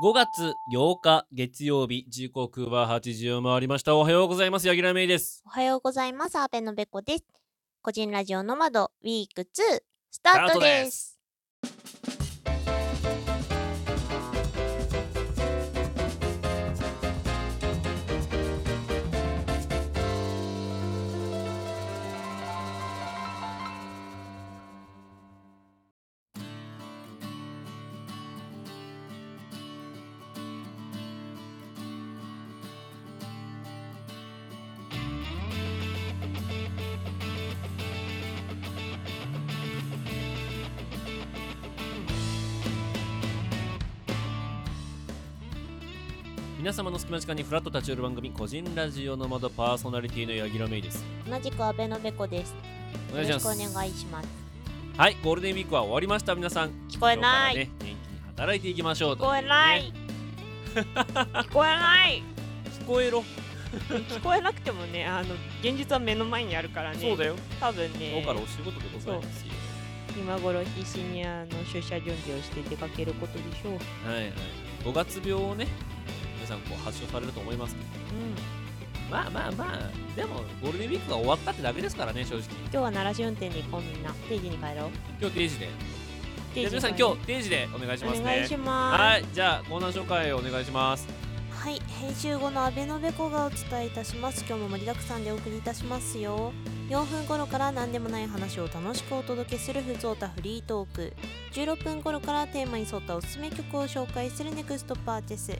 5月8日月曜日時刻は8時を回りましたおはようございます柳楽芽衣ですおはようございます。阿部のべこです。個人ラジオの窓ウィーク2スタートです。皆様の隙間時間にフラット立ち寄る番組個人ラジオの窓パーソナリティの柳楽芽衣です同じく阿部のべこです。およ願いろしましすくお願いします。はいゴールデンウィークは終わりました皆さん聞こえない。今日からね元気に働いていきましょう聞とうこえねない。 聞こえない。聞こえろ聞こえなくてもね、あの現実は目の前にあるからね。そうだよ多分今ね日からお仕事でございますよ今頃必死にあの出社準備をして出かけることでしょう。はいはい5月病をね皆さんこう発症されると思いますけどうん。まあまあまあでもゴールデンウィークが終わったってだけですからね正直今日は奈良市運転で行こうみんな。定時に帰ろう。今日定時で定じゃあ皆時にさん帰ろ今う日定時でお願いしますおね願いします。はいじゃあコーナー紹介をお願いしますはい、編集後の阿部のべこがお伝えいたします。今日も盛りだくさんでお送りいたしますよ。4分頃から何でもない話を楽しくお届けするふぞおたフリートーク。16分頃からテーマに沿ったおすすめ曲を紹介するネクストパーティス。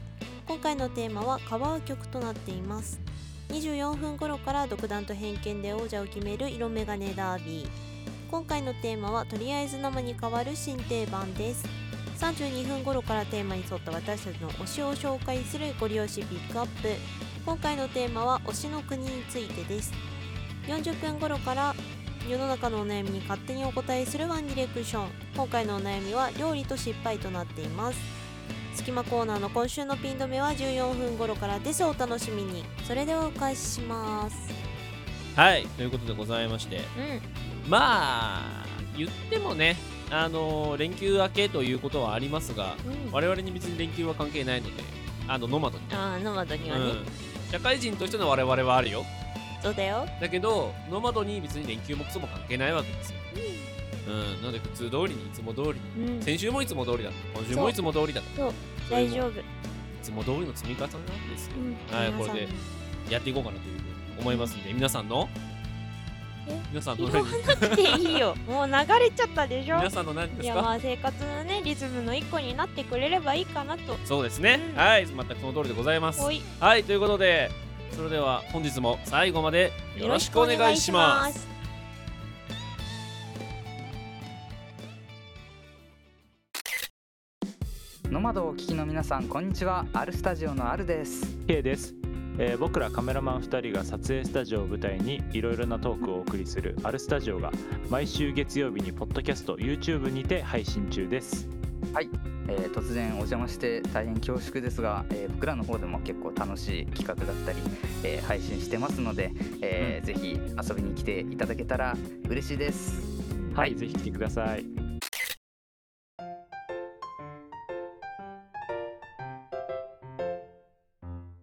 今回のテーマはカバー曲となっています。24分頃から独断と偏見で王者を決める色眼鏡ダービー。今回のテーマはとりあえず生に変わる新定番です。32分頃からテーマに沿った私たちの推しを紹介するご利用しピックアップ今回のテーマは推しの国についてです40分頃から世の中のお悩みに勝手にお答えするワンディレクション今回のお悩みは料理と失敗となっています隙間コーナーの今週のピン止めは14分頃からですお楽しみにそれではお返ししますはいということでございましてうまあ言ってもねあのー連休明けということはありますがん、うん、我々に別に連休は関係ないのであのノマドに、ああノマドにはね、うん、社会人としての我々はあるよそうだよだけどノマドに別に連休もクソも関係ないわけですようん、なので普通通りにいつも通りにうん、先週もいつも通りだった今週もいつも通りだったそう大丈夫い夫、つも通りの積み重ねなんですようん、はい皆さんこれでやっていこうかなというふうに思いますんで皆さんのえ皆さんの言わ何なくてい いよもう流れちゃったでしょ皆さんの何でいすやかまあ生活のねリズムの一個になってくれればいいかなとそうですねうんはい全くその通りでございますおいはいということでそれでは本日も最後までよろしくお願いしますすノマドをお聞きの皆さんこんにちはアルスタジオのアルです K です、えー僕らカメラマン2人が撮影スタジオを舞台にいろいろなトークをお送りする「アルスタジオ」が毎週月曜日にポッドキャスト YouTube にて配信中ですえー突然お邪魔して大変恐縮ですが、えー僕らの方でも結構楽しい企画だったり、えー配信してますので、えーぜひ遊びに来ていただけたら嬉しいですは、はいいぜひ来てください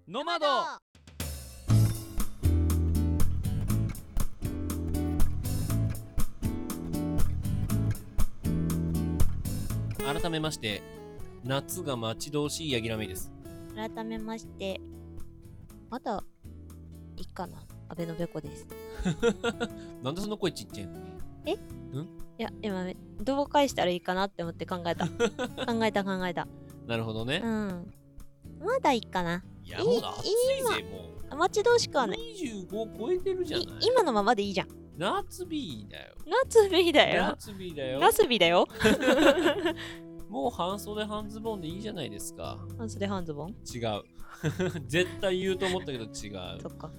ノマド改めまして夏が待ち遠しい柳楽芽衣です改めましてまだいいかな安倍のべこですなんでその声ちっちゃいのいや今どう返したらいいかなって思って考 えた考えた考えたなるほどうねんまだいいかないやもう暑いぜもう待ち遠しくはない25超えてるじゃないい今のままでいいじゃん夏日だよ夏日だよ夏日だよ夏日だよもう半袖半ズボンでいいじゃないですか半袖半ズボン違う 絶対言うと思ったけど違うそっか。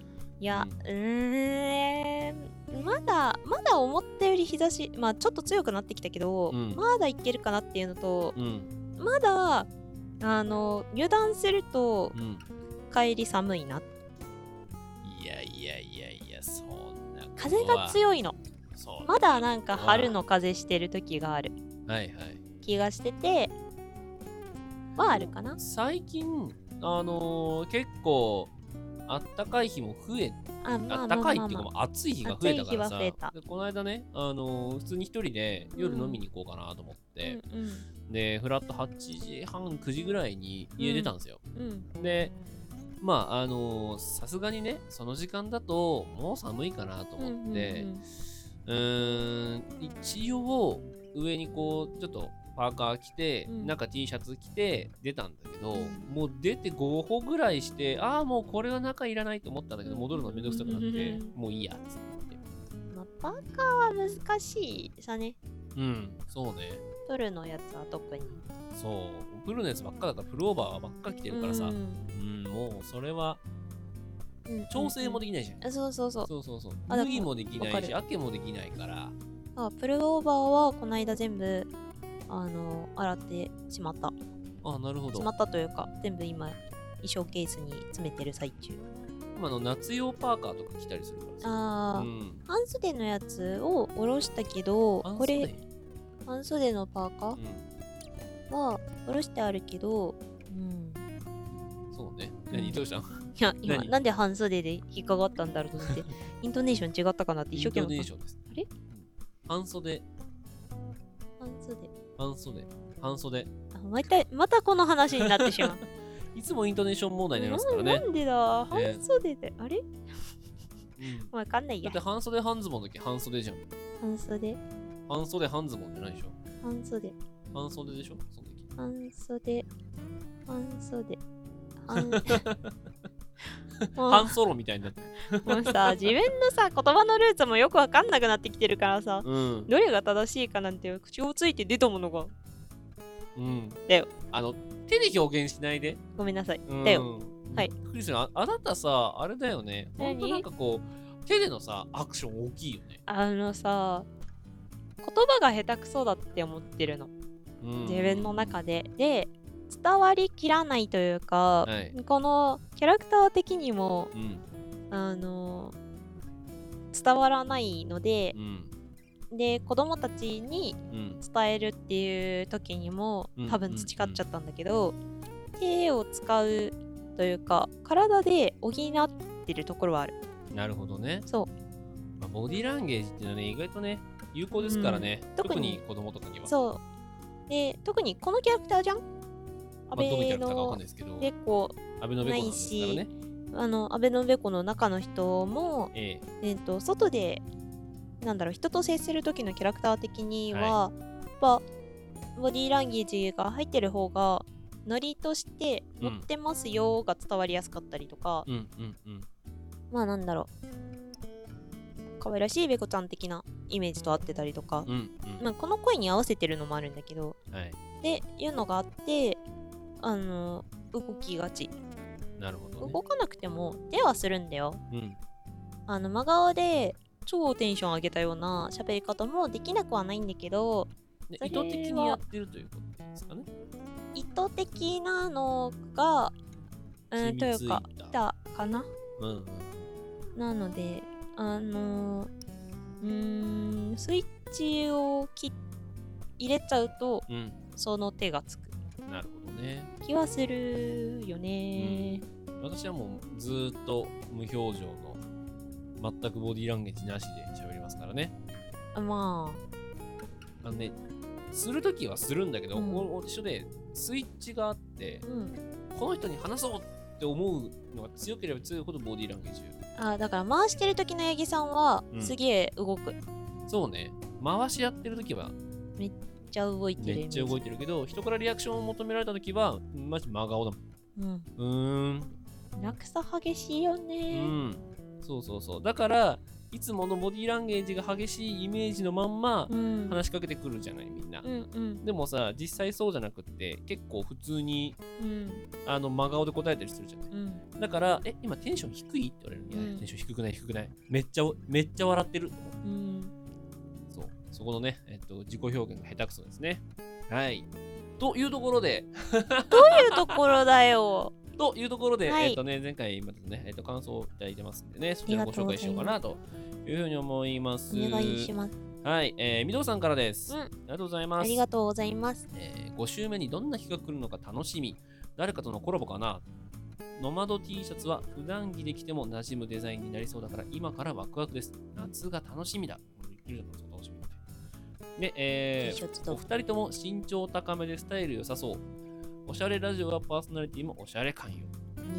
いや、うんうーん、まだ、まだ思ったより日差し、まあちょっと強くなってきたけど、うんまだいけるかなっていうのと、うんまだ、あの、油断するとうん帰り寒いな。いやいやいやいやそんなこと風がい強いの。そうまだなんか春の風してる時があるはいはい気がしてて、はあるかな最近あのー結構あったかい日も増えあまああったまあかいまあっていうかままあ暑い日が増えたから暑い日さは増えたでこの間ねあのー普通に一人で夜飲みに行こうかなと思っあて、でフラット8時半9時ぐらいに家出たんですよ、うんうんでまああのーさすがにねその時間だともう寒いかなと思って、うんうーん一応上にこうちょっとパーカー着て、うんなんか T シャツ着て出たんだけど、うんもう出て5歩ぐらいしてああもうこれは中いらないと思ったんだけどうん戻るのめんどくさくなって、うんもういいやっつってうんまあパーカーは難しいさねうんそうねプルのやつは特にそうプルのやつばっかだからプルオーバーばっか着てるからさ、ううんんもうそれはうん調整もでききないじゃん、そうそうそうそうそうそうあだから脱ぎもできないしわ開けもできないからあプルオーバーはこの間全部あの洗ってしまったあなるほどしまったというか全部今衣装ケースに詰めてる最中今の夏用パーカーとか着たりするからさあうー、ん、半袖のやつを下ろしたけどあこそうれだよ半袖のパーカうんーは下ろしてあるけどうんそうね。うん何どうしたのいや今何なんで半袖で引っかかったんだろうと思 ってイントネーション違ったかなって一生懸イントネ命ーションです。あれ半袖、半袖半袖、半袖。あ毎回またこの話になってしまういつもイントネーション問題に なりますからなね。なんでだええ半袖で、あれうんわかんないだやって半袖半ズボンの時半袖じゃん。半袖半袖半ズボンじゃないでしょ。半袖半袖でしょその時。半袖半袖半 も半ソロみたいになって。うもう さ自分のさ言葉のルーツもよくわかんなくなってきてるからさうん。どれが正しいかなんて口をついて出たものがうん。だよ。あの、手で表現しないで。ごめんなさいうんだよ。はいびっくりするああなたさ、あれだよね。ほ何んとなんかこう、手でのさ、アクション大きいよね。あのさ言葉が下手くそだって思ってるのうん自分の中でで伝わりきらないというか、はい。このキャラクター的にもうん。あの伝わらないのでうん。で子供たちにうん。伝えるっていう時にもうん多分培っちゃったんだけど、手を使うというか体で補ってるところはあるなるほどね。そうまあ、ボディーランゲージっていうのはね、意外とね、有効ですからね。ん特特にに子供とかには。そうで特にこのキャラクターじゃんま安あ、どのキャ倍ラクターかわかのんないですけど、べこアベノベコなんですからなねい。あの安倍のべこの中の人も、えええー、と外でなんだろう人と接する時のキャラクター的には、やっぱボディーランゲージが入ってる方がノリとしてうん乗ってますよが伝わりやすかったりとか、うんうんうん。まあなんだろう可愛らしいべこちゃん的なイメージと合ってたりとか、うんうん。まあ、この声に合わせてるのもあるんだけどはい。でいうのがあってあの動きがちなるほど、ね。動かなくても手はするんだようん。あの真顔で超テンション上げたような喋り方もできなくはないんだけどでそ意れは図的にやってるということですかね。意図的なのが、うん、と染みついうかいただかなうんうん。なのであのうーんスイッチを切入れちゃうとうん。その手がつくなるほどね。気はするよね、私はもうずーっと無表情の、全くボディーランゲージなしで喋りますからね。まあのね、するときはするんだけど、うんこう一緒で、スイッチがあってあ、うんこの人に話そうって思うのが強ければ強いほどボディーランゲージあだから回してる時の八木さんはうんすげえ動く、めっそうね回しやってる時はちゃ動いてるめっちゃ動いててるけど人からリアクションを求められた時はマジ真顔だうんもんう落差激しいよねーんうんそうそうそうだからいつものボディーランゲージが激しいイメージのまんまうん話しかけてくるじゃないみんなうんうんでもさ実際そうじゃなくって結構普通にうんあの真顔で答えたりするじゃないうんだからえ今テンション低いって言われるいやうんテンション低くない低くないめっちゃめっちゃ笑ってるうんそう。そこのね、えっと、自己表現が下手くそですね。はい。というところで、どういうところだよというところで、はいえっとね、前回までね、えっと、感想をいただいてますんでね、そちらをあごりが紹とうご介ざしいようますかなというふうに思います。お願いしますはい、えー、みどさんからです、うんありがとうございまあすりがとうございます。えー5週目にどんな日が来るのか楽しみ。誰かとのコラボかなノマド T シャツは普段着で着ても馴染むデザインになりそうだから今からワクワクです。夏が楽しみだ。これ言ってるだろう楽しみだってで、え T シャツー、おと。二人とも身長高めでスタイル良さそう。おしゃれラジオはパーソナリティもおしゃれ感よ。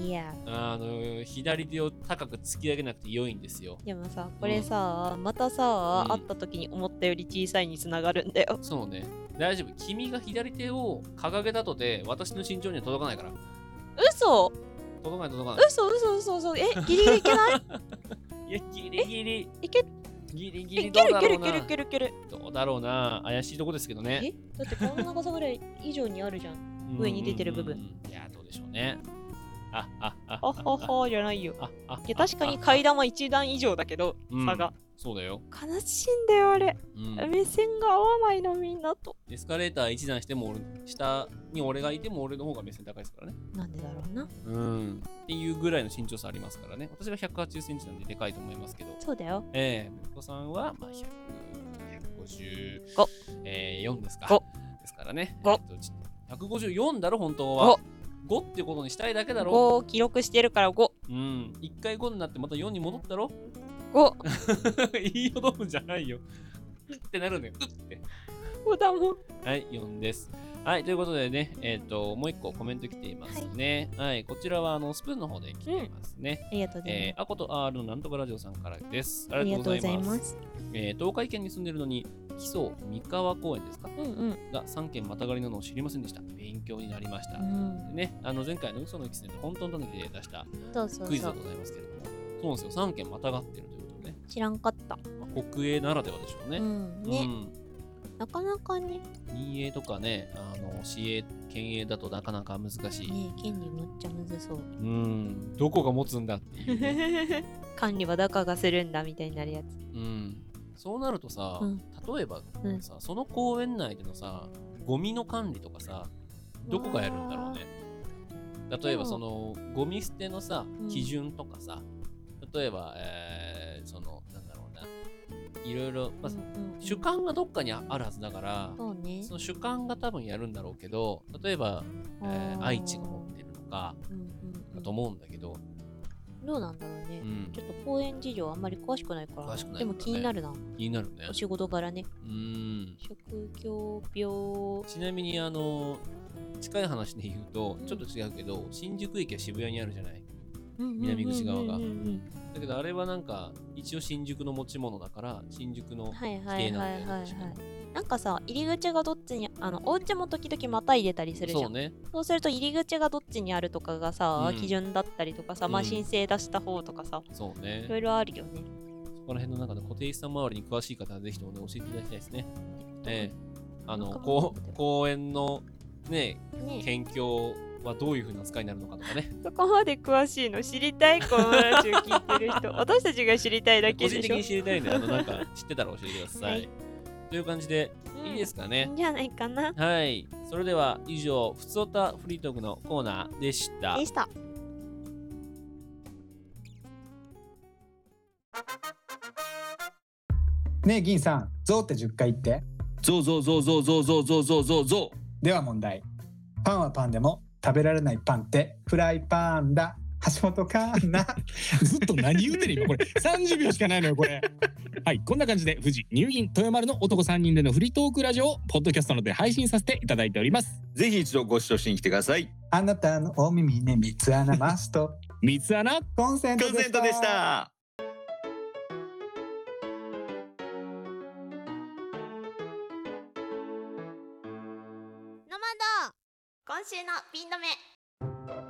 いや、あの、左手を高く突き上げなくて良いんですよ。でもさ、これさ、またさ、うん会った時に思ったより小さいにつながるんだよ。そうね。大丈夫。君が左手を掲げたとて、私の身長には届かないから。嘘届かない届かない。嘘嘘嘘嘘え、ギリギリいけないいや、ギリギリ。いけギリギえ、リいどけうるいだけろるういける。ないけるいける。どうだろうな。怪しいとこですけどね。えだってこの長さぐらい以上にあるじゃん。上に出てる部分うんうんうん。いや、どうでしょうね。あ、あ、あ、あははじゃないよ。あ、あ、いや、確かに階段は一段以上だけど、うん差が。そうだよ。悲しいんだよ、あれ。うん目線が合わないの、みんなと。エスカレーター一段しても俺、下に俺がいても俺の方が目線高いですからね。なんでだろうな。うん。っていうぐらいの身長差ありますからね。私が180センチなんででかいと思いますけど。そうだよ。ええ、息子さんは、まあ、100 155五えー、4ですか。五ですからね。五えっとち154だろ、本当は。5ってことにしたいだけだろ。 5を記録してるから5。うん。1回5になってまた4に戻ったろ。 5。言いよどむんじゃないよ。うってなるんだよ。うって。 5だもん。はい、4です。はい、ということでね、えっ、と、もう1個コメント来ていますね。はい、こちらは、あの、スプーンの方で来ていますね。ありがとうございますえ。ー、アコと R のなんとかラジオさんからです。あありりががととううごござざいいま。ますす。えー、東海県に住んでるのに、木曽三河公園ですかうんうん。が3県またがりなのを知りませんでした。勉強になりました。うん、ね、あの前回の嘘のエキスで本当の狸で出したそうそうクイズそでうございますけれども、そうなんですよ、3県またがってるということでね、知らんかった、まあ国営ならではでしょううね。んうね、んなかなかね民営とかね、あの市営、県営だとなかなか難しい。ね権利むっちゃむずそううん、どこが持つんだっていうね、 管理はだかがするんだみたいになるやつうん。そうなるとさ、うん例えばうんさ、その公園内でのさ、ゴミの管理とかさ、どこがやるんだろうね。例えばでもそのゴミ捨てのさうん基準とかさ、例えば、えーそのなんだろうないろいろ、まあうんうん主観がどっかにあるはずだから、そうねその主観が多分やるんだろうけど例えば、えーあー愛知が持ってるのかうんうんうだんと思うんだけど、どうなんだろうねう、んちょっと公園事情あんまり詳しくないから詳しくないからねでも気になるな気になるねお仕事柄ねうん職業病ちなみにあの近い話で言うとうんちょっと違うけど、新宿駅は渋谷にあるじゃない南南口側がうんうんだけどあれはなんか一応新宿の持ち物だから新宿のうん、はいはいはいはいはい規定なんだよねなんかさ入り口がどっちにあのお家も時々また入れたりするじゃんそうねそうすると入り口がどっちにあるとかがさ、うん基準だったりとかさ、まうあ、ん申請出した方とかさ、そういろねいろあるよね。そこら辺の中で固定資産周りに詳しい方はぜひともね教えていただきたいですねええあのこう公園のねね県境はどういうふうな扱いになるのかとか ねそこまで詳しいの知りたいこのラジオ聞いてる人 私たちが知りたいだ個け人的でしょに知りたいんであのなんか知ってたら教えてください、はいという感じでいいですすかいいねんじゃないかなはいそれでは以上「ふつおたフリートーク」のコーナーでしたでしたねえ銀さん「ゾウって10回言ってゾウゾウゾウゾウゾウゾウゾウゾウゾウゾでは問題パンはパンでも食べられないパンってフライパンだ橋本かなウずっと何言うてる今 これ30秒しかないのよこれはいこんな感じで富士乳銀豊丸の男3人でのフリートークラジオをポッドキャストので配信させていただいておりますぜひ一度ご視聴しに来てください。あなたのお耳に三つ穴マスト三つ穴コンセンコトンセントでした。ノマド今週のピン止め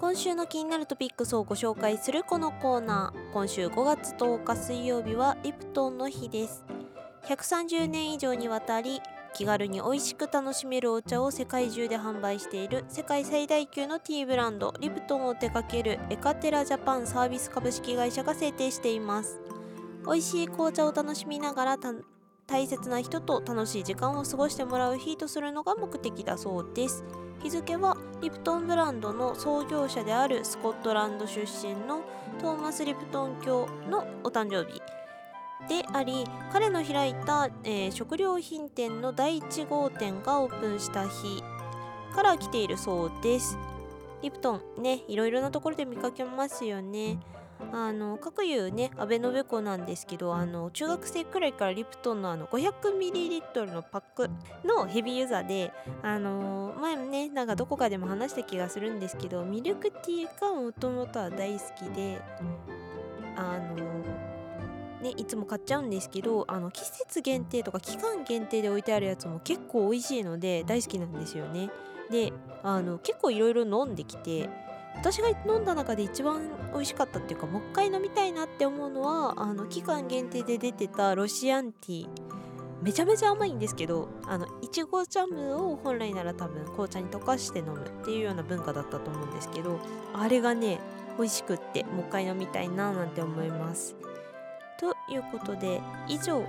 今週の気になるトピックスをご紹介するこのコーナー今週5月10日水曜日はリプトンの日です130年以上にわたり気軽に美味しく楽しめるお茶を世界中で販売している世界最大級のティーブランドリプトンを手掛けるエカテラジャパンサービス株式会社が制定しています美味しい紅茶を楽しみながらた大切な人と楽しい時間を過ごしてもらう日とするのが目的だそうです日付はリプトンブランドの創業者であるスコットランド出身のトーマス・リプトン教のお誕生日であり彼の開いた、えー食料品店の第1号店がオープンした日から来ているそうですリプトンねいろいろなところで見かけますよねあの各有ねアベノベコなんですけどあの中学生くらいからリプトンのあの 500ml のパックのヘビーユーザーであのー前もねなんかどこかでも話した気がするんですけどミルクティーがもともとは大好きであのーねいつも買っちゃうんですけどあの季節限定とか期間限定で置いてあるやつも結構美味しいので大好きなんですよねであの結構いろいろ飲んできて私が飲んだ中で一番美味しかったっていうかもう一回飲みたいなって思うのはあの期間限定で出てたロシアンティーめちゃめちゃ甘いんですけどあのいちごジャムを本来なら多分紅茶に溶かして飲むっていうような文化だったと思うんですけどあれがね美味しくってもう一回飲みたいななんて思います。ということで以上、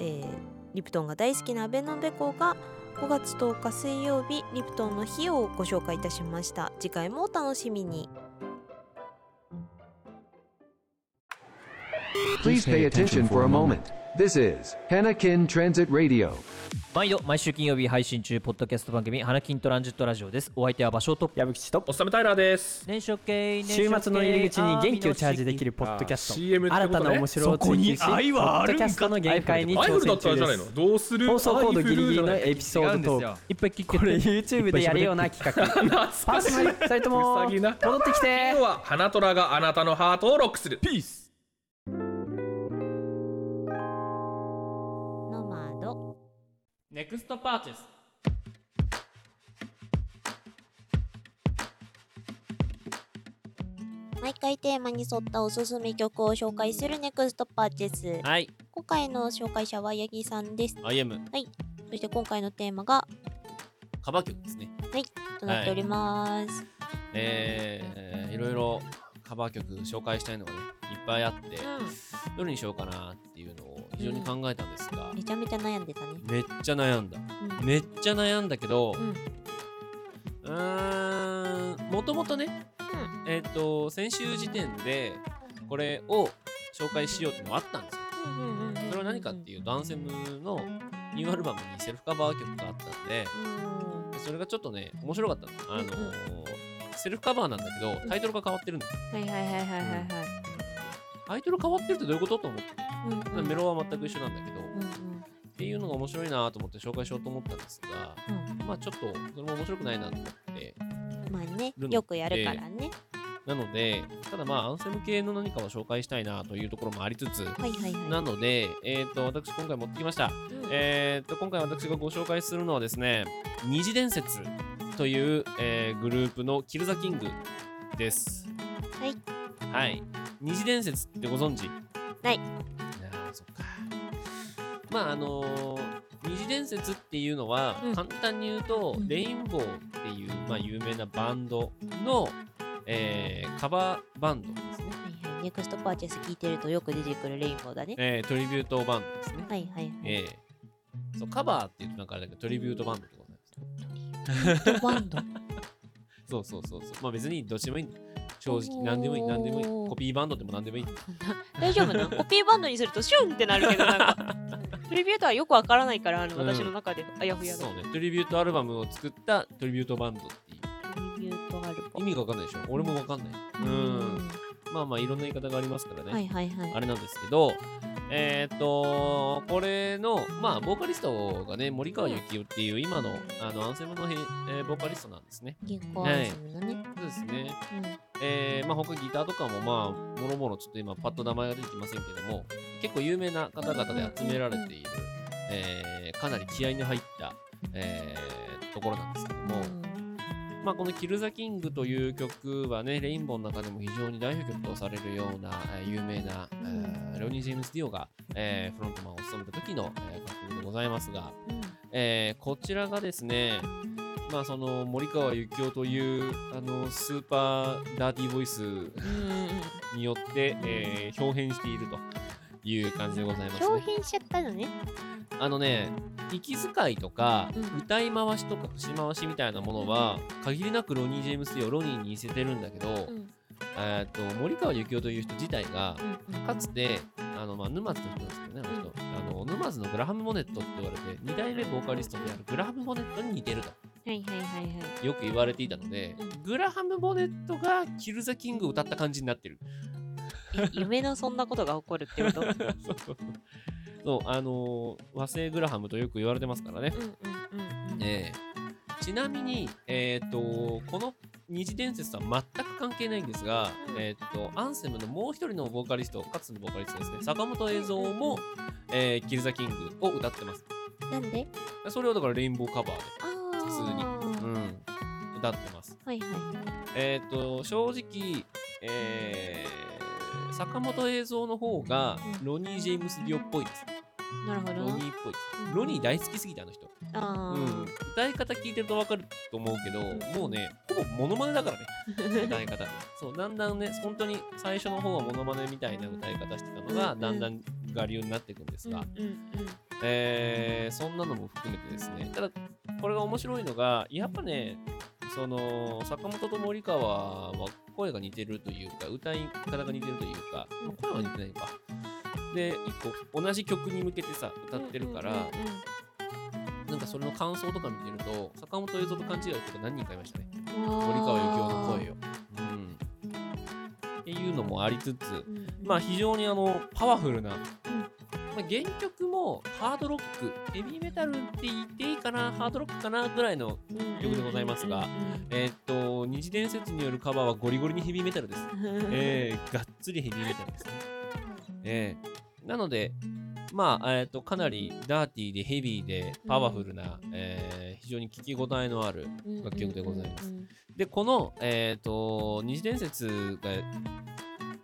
えーリプトンが大好きなアベノベコが5月10日水曜日リプトンの日をご紹介いたしました次回もお楽しみに Please pay attention for a moment. This is Hanakin Transit Radio. 毎度毎週金曜日配信中ポッドキャスト番組「花金トランジットラジオ」ですお相手は場所と矢吹とおっさめタイラーです。年初系週末の入り口に元気をチャージできるポッドキャスト CM って新こたとなね面。白を追求しそこに愛はあるんかポッドキャストの限界にアイ挑フルだ戦った中らじゃでないのすどうする放送コードギリギリのアイフルじゃないエピソードトークいっぱい聞けこれ YouTube でやるような企画 パーソナリティ2人ともうさぎな戻ってき今て日は花虎があなたのハートをロックする。ピースノマドネクストパーチェス毎回テーマに沿ったおすすめ曲を紹介するネクストパーチェスはい、今回の紹介者は八木さんです IM、そして今回のテーマがカバー曲ですね。となっております、えー、いろいろカバー曲紹介したいのがね、いっぱいあって、どれにしようかなっていうのを非常に考えたんですが、めちゃめちゃ悩んでたねめっちゃ悩んだ。うんめっちゃ悩んだけど、うんうーん、もともとね、えっ、と、先週時点で、これを紹介しようっていうのはあったんですよ。うんうんうんうんそれは何かっていうと、アンセムのニューアルバムにセルフカバー曲があったんで、うんでそれがちょっとね、面白かったの。あのーうんうんセルフカバーなんだけど、タイトルが変わってるんだよはいはいはいはいはいはタイトル変わってるってどういうことと思って、いうんうんメロは全く一緒なんだけど、うんうんっていうのが面白いなと思って紹介しようと思ったんですが、まあちょっとそれも面白くないなと思って、まあねルノよくやるからね、なので、ただまあアンセム系の何かを紹介したいなというところもありつつ、はいはいはいなので、えっ、と、私今回持ってきました。うんえっ、と、今回私がご紹介するのはですね、二次伝説という、えーグループのキルザキングです。はい。はい。二次伝説ってご存知ないあーそっか。まあ、あのー二次伝説っていうのは、うん簡単に言うと、うんレインボーっていう、まあ、有名なバンドの、えーカバーバンドですね。はいはいネクストパーチェス聞いてるとよく出てくるレインボーだねえートリビュートバンドですね。はいはいええそう、カバーって言うとなんかあれだけど、トリビュートバンドってことなんですね。バンドそうそうそうそう。まあ別にどっちでもいいんだ。正直、何でもいい、何でもいい。おーコピーバンドでも何 でもいい。大丈夫 なのコピーバンドにするとシュンってなるけどなんかレビューとはよくわからないからあのうん私の中であやふやだそうね。トリビュートアルバムを作ったトリビュートバンドっていう。レビューとある意味がわかんないでしょ俺もわかんない。うん。まあまあいろんな言い方がありますからね。はいはいはいあれなんですけど、えーっと、これの、まあ、ボーカリストがね、森川幸雄っていう、今の、あの、アンセムのへ、えーボーカリストなんですね。銀行アイスムだね、そうですね。うんえーまあ、他ギターとかもまあもろもろちょっと今パッと名前が出てきませんけども結構有名な方々で集められている、えーかなり気合いの入った、えーところなんですけども、まあ、この「キル・ザ・キング」という曲はねレインボーの中でも非常に代表曲とされるようなえー有名な、えーレオニー・ジェームス・ディオが、えーフロントマンを務めた時の、えー楽曲でございますが、えーこちらがですね、まあ、その森川幸雄というあのスーパーダーティーボイスうんうんうんによって、えー表現しているという感じでございます豹ね。変しちゃったのね。あのね、息遣いとか、歌い回しとか節回しみたいなものは、限りなくロニー・ジェームスをロニーに似せてるんだけど、えーっと森川幸雄という人自体が、かつてあの、まあ、沼津の人なんですけどね、あの人あの沼津のグラハム・モネットって言われて、2代目ボーカリストであるグラハム・モネットに似てると。はいはいはいはい。よく言われていたので、グラハム・ボネットがキル・ザ・キングを歌った感じになってる。夢のそんなことが起こるって ことそう、あのー和製グラハムとよく言われてますからね。ええちなみに、えっ、と、この二次伝説とは全く関係ないんですが、えっ、と、アンセムのもう一人のボーカリスト、かつてのボーカリストですね、坂本栄三も、えーキル・ザ・キングを歌ってます。なんでそれをだからレインボーカバーで、普通に、うん、歌ってます。はいはえっ、と、正直、えー坂本栄三の方が、ロニー・ジェームス・ディオっぽいです。い。なるほロどニーっな。ぽいです。ロニー大好きすぎて、あの人。あうん、ー歌い方聞いてると分かると思うけど、もうね、ほぼモノマネだからね、歌い方。そう、だんだんね、本当に最初の方はモノマネみたいな歌い方してたのが、うんだんだん我流になっていくんですが、えーそんなのも含めてですね、ただ、これが面白いのが、やっぱね、その坂本と森川は声が似てるというか、歌い方が似てるというか、まあ声は似てないか。で、一個、同じ曲に向けてさ、歌ってるから、なんかそれの感想とか見てると、坂本映像と勘違いとか何人かいましたね。うわー森川幸雄の声を。うん。っていうのもありつつ、まあ非常にあの、パワフルな、まあ、原曲もハードロック、ヘビーメタルって言っていいかな、ハードロックかなぐらいの曲でございますが、えーっと、二次伝説によるカバーはゴリゴリにヘビーメタルです。えー、がっつりヘビーメタルですね。ええなので、まあ、えっ、と、かなりダーティーでヘビーでパワフルな、えー非常に聞き応えのある楽曲でございます。で、この、えっ、と、二次伝説が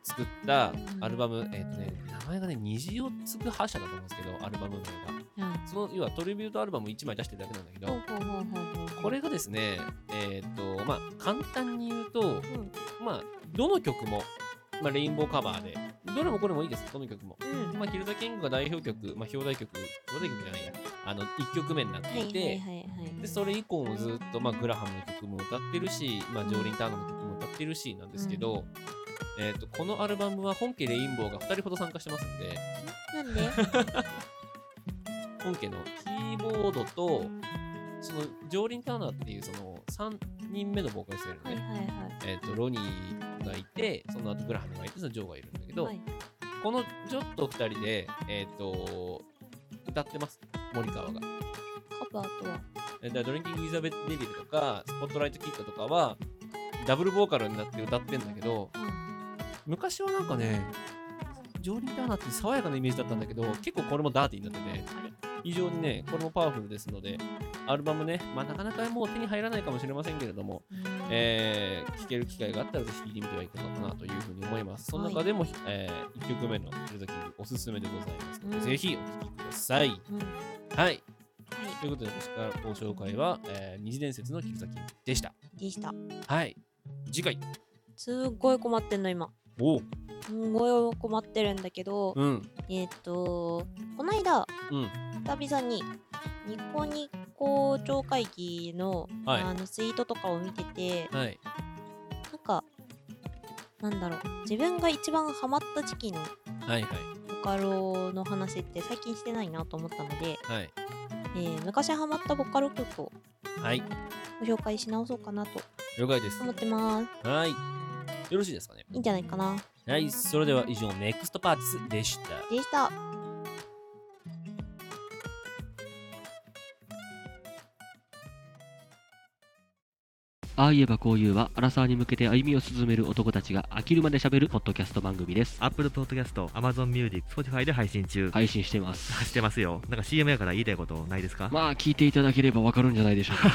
作ったアルバム、えっ、とね、名前がね、虹をつく覇者だと思うんですけど、アルバム名が。うんその、要はトリビュートアルバム1枚出してるだけなんだけど、ほうほうほうほうほうこれがですね、えっ、と、まあ、簡単に言うと、まあ、どの曲も、まあ、レインボーカバーで、どれもこれもいいです、どの曲も。まあ、キルザ・キングが代表曲、まあ、表題曲、表題曲じゃないや、あの、1曲目になっていて、はいはいはいはいで、それ以降もずっと、まあ、グラハムの曲も歌ってるし、まあ、ジョーリン・ターナーの曲も歌ってるし、なんですけど、えっ、と、このアルバムは本家レインボーが2人ほど参加してますんで、なんで本家のキーボードと、そのジョーリン・ターナーっていうその3人目のボーカリストがいるのね、えっ、と、ロニーがいて、その後グラハムがいて、そのジョーがいるんだけど、はいこのジョッと2人で、えっ、と、歌ってます、森川が。カバーとはえだからドリンキング・イザベット・デビルとか、スポットライト・キッドとかは、ダブルボーカルになって歌ってんだけど、昔はなんかね、ジョーリー・ターナーって爽やかなイメージだったんだけど、結構これもダーティーになってて、非常にね、これもパワフルですので、アルバムね、まあ、なかなかもう手に入らないかもしれませんけれども、えー、聴ける機会があったらぜひ聴いてみてはいかがかなというふうに思います。その中でも、え1曲目の「ルザキング」おすすめでございますので、うんぜひお聴きください。はい。ということで、私からご紹介は、えー、二次伝説のキルザキングでした。でした。はい。次回。すっごい困ってんの今。おう。すんごい困ってるんだけど、うん。えーっとこないだうん。久々にニコニコ超会議の,、はいあのツイートとかを見てて、はい。なんかなんだろう自分が一番ハマった時期のはいはい。ボカロの話って最近してないなと思ったので、はい。えー昔ハマったボカロ曲をはい。ご紹介し直そうかなと了解です。思ってます。はい。よろしいですかね。いいんじゃないかな。はい。それでは以上、ネクストパーツでした。でした。ああ言えばこう言うは、アラサーに向けて歩みを進める男たちが飽きるまで喋るポッドキャスト番組です。 Apple Podcast、Amazon Music、Spotify で配信中。配信してます。 してますよ。なんか CM やから言いたいことないですかまあ、聞いていただければわかるんじゃないでしょうか。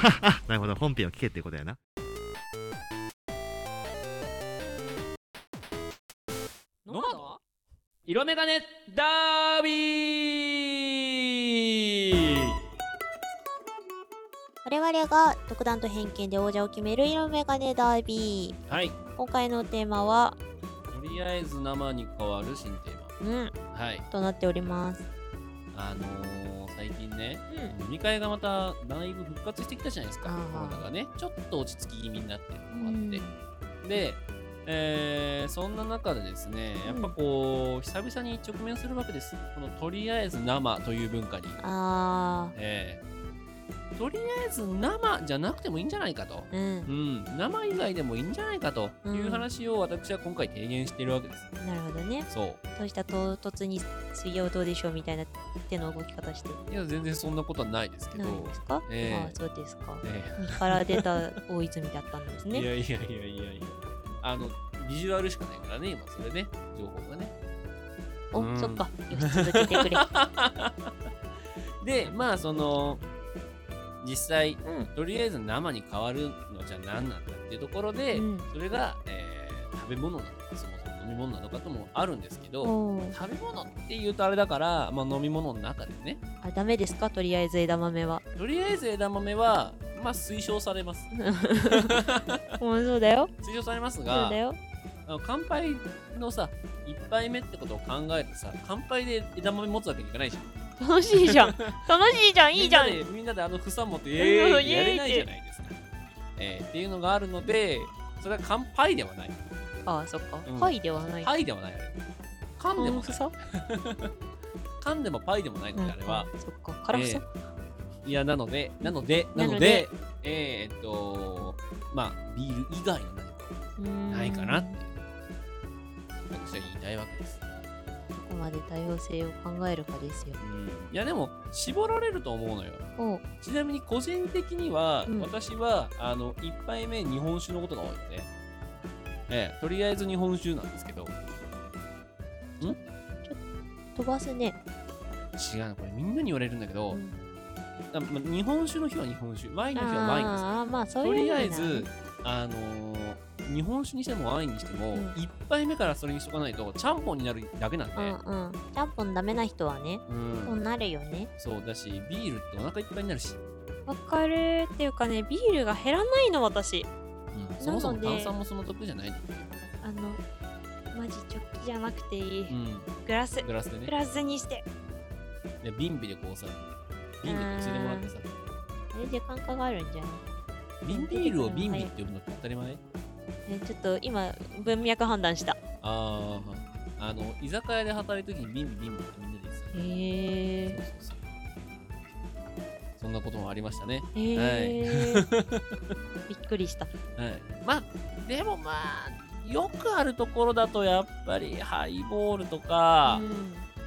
なるほど、本編を聞けってことやな。ノマド色眼鏡ダービー我々が独断と偏見で王者を決める色眼鏡ダービー。はい。今回のテーマはとりあえず生に変わる新テーマ。ね、はいとなっております。あのー最近ね、飲み会がまただいぶ復活してきたじゃないですか、コロナがね、ちょっと落ち着き気味になってるのもあって、で、えーそんな中でですね、やっぱこう、久々に直面するわけです、このとりあえず生という文化に。あえーとりあえず生じゃなくてもいいんじゃないかと、うん生以外でもいいんじゃないかといううん話を私は今回提言しているわけです。あ、なるほどね。そうそうした唐突に水曜どうでしょうみたいな手の動き方して。いや全然そんなことはないですけど。ないですかええあそうですかええ身から出 た大泉だったんですね。いやいやいやいやいや。あの、ビジュアルしかないからね、今それね、情報がね。お、うんそっか。よし、続けてくれ。で、まあ、その、実際、とりあえず生に変わるのじゃ何なんだっていうところ で、うんそれが、えー食べ物なのか、そもそも飲み物なのかともあるんですけど、おー食べ物って言うとあれだから、まあ、飲み物の中でね、あ、ダメですかとりあえず枝豆 は。とりあえず枝豆は、まあ、推奨されます。もうそうだよ。推奨されますそがうだよ。あの乾杯のさ1杯目ってことを考えてさ乾杯で枝豆持つわけにいかないじゃん楽しいじゃ ん。楽しいじゃん、いいじゃん。みんなでみんなであの房持ってんえそうー、やれないイじエーイってゃないですか、えーっていうのがあるのでそれは乾杯ではないああそっか、うんはいではない。パイではないあれ噛んでも さ。噛んでもパイでもないのであれは、そっか辛くさえーいやなのでなのでなのなのででえーっとまあビール以外の何かうーんないかなっていう私は言いたいわけですどこまで多様性を考えるかですよ。いやでも絞られると思うのよおちなみに個人的には、うん私はあの1杯目日本酒のことが多いので、ええ、とりあえず日本酒なんですけど飛ばすね。違うのこれみんなに言われるんだけど、だま日本酒の日は日本酒ワインの日はワインですあーまあそういうとりあえ意味ずなのあのー日本酒にしてもワインにしても、うん1杯目からそれにしとかないとちゃんぽんになるだけなんで、うんうん。ちゃんぽんダメな人はね、うんそうなるよね。そうだしビールってお腹いっぱいになるし、わかるっていうかね、ビールが減らないの私。うんそもそもなので炭酸もその得じゃないあの、マジ直帰じゃなくていい。うんグラス。グラスでねにして。で瓶ビでこうさ瓶でこうついてもらってさあれで感覚があるんじゃない瓶ビールを瓶ビって呼ぶのって当たり前えちょっと今、文脈判断した。あああの居酒屋で働いた時に瓶ビ瓶ビってみんなで言ってたへえそうそうそうそんなこともありましたねへえはい びっくりした。はい、まあでもまあよくあるところだとやっぱりハイボールとか、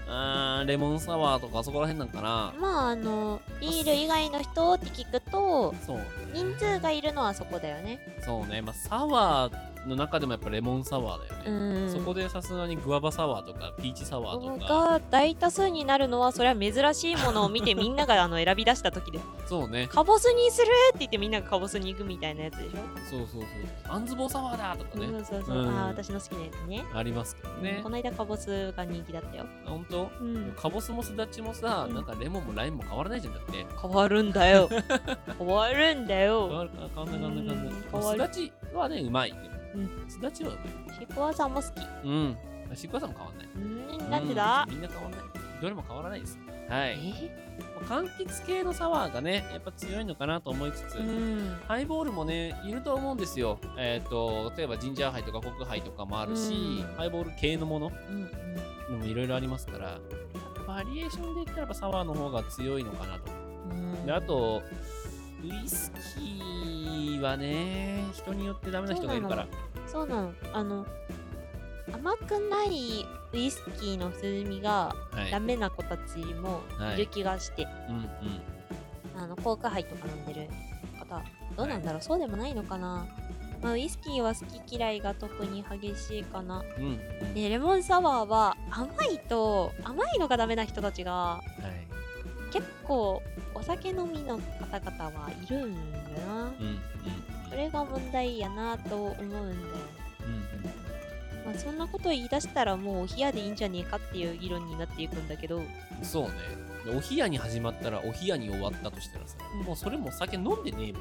あーレモンサワーとかそこら辺なんかなまああのビール以外の人って聞くとそう人数がいるのはそこだよねそうねまあサワーの中でもやっぱレモンサワーだよねうんそこでさすがにグアバサワーとかピーチサワーとかが大多数になるのはそれは珍しいものを見てみんながあの選び出した時でそうねカボスにするって言ってみんながカボスに行くみたいなやつでしょそうそうそうあんずぼうサワーだとかねそうそうそう、うんああ私の好きなやつねありますけどねこの間カボスが人気だったよあ本当、うんカボスもすだちもさ、なんかレモンもライムも変わらないじゃんだって変わるんだよ 変わるんだよ変わるか変わんない変わんない変わんない変わするだちはねうまいすだちはうシークワーサーも好きまいうんシークワーサーも変わんないううんんなんでだみんな変わんないどれも変わらないですはいまあ柑橘系のサワーがねやっぱ強いのかなと思いつつ、うんハイボールもねいると思うんですよえっ、と例えばジンジャーハイとかコクハイとかもあるし、ハイボール系のものうんうんでもいろいろありますからバリエーションで言ったらやっぱサワーの方が強いのかなとうんであとウイスキーはね人によってダメな人がいるからそうなのあの甘くないウイスキーの風味がはいダメな子たちもはいいる気がして、うんうんあの高価杯とか飲んでる方どうなんだろう、そうでもないのかな、まあ、ウイスキーは好き嫌いが特に激しいかなうんでレモンサワーは甘いと甘いのがダメな人たちがはい結構お酒飲みの方々はいるんだなうんうんそれが問題やなと思うんだよまあ、そんなこと言い出したらもうお冷やでいいんじゃねえかっていう議論になっていくんだけどうんそうねでお冷やに始まったらお冷やに終わったとしたらさ、うんもうそれも酒飲んでねえもんね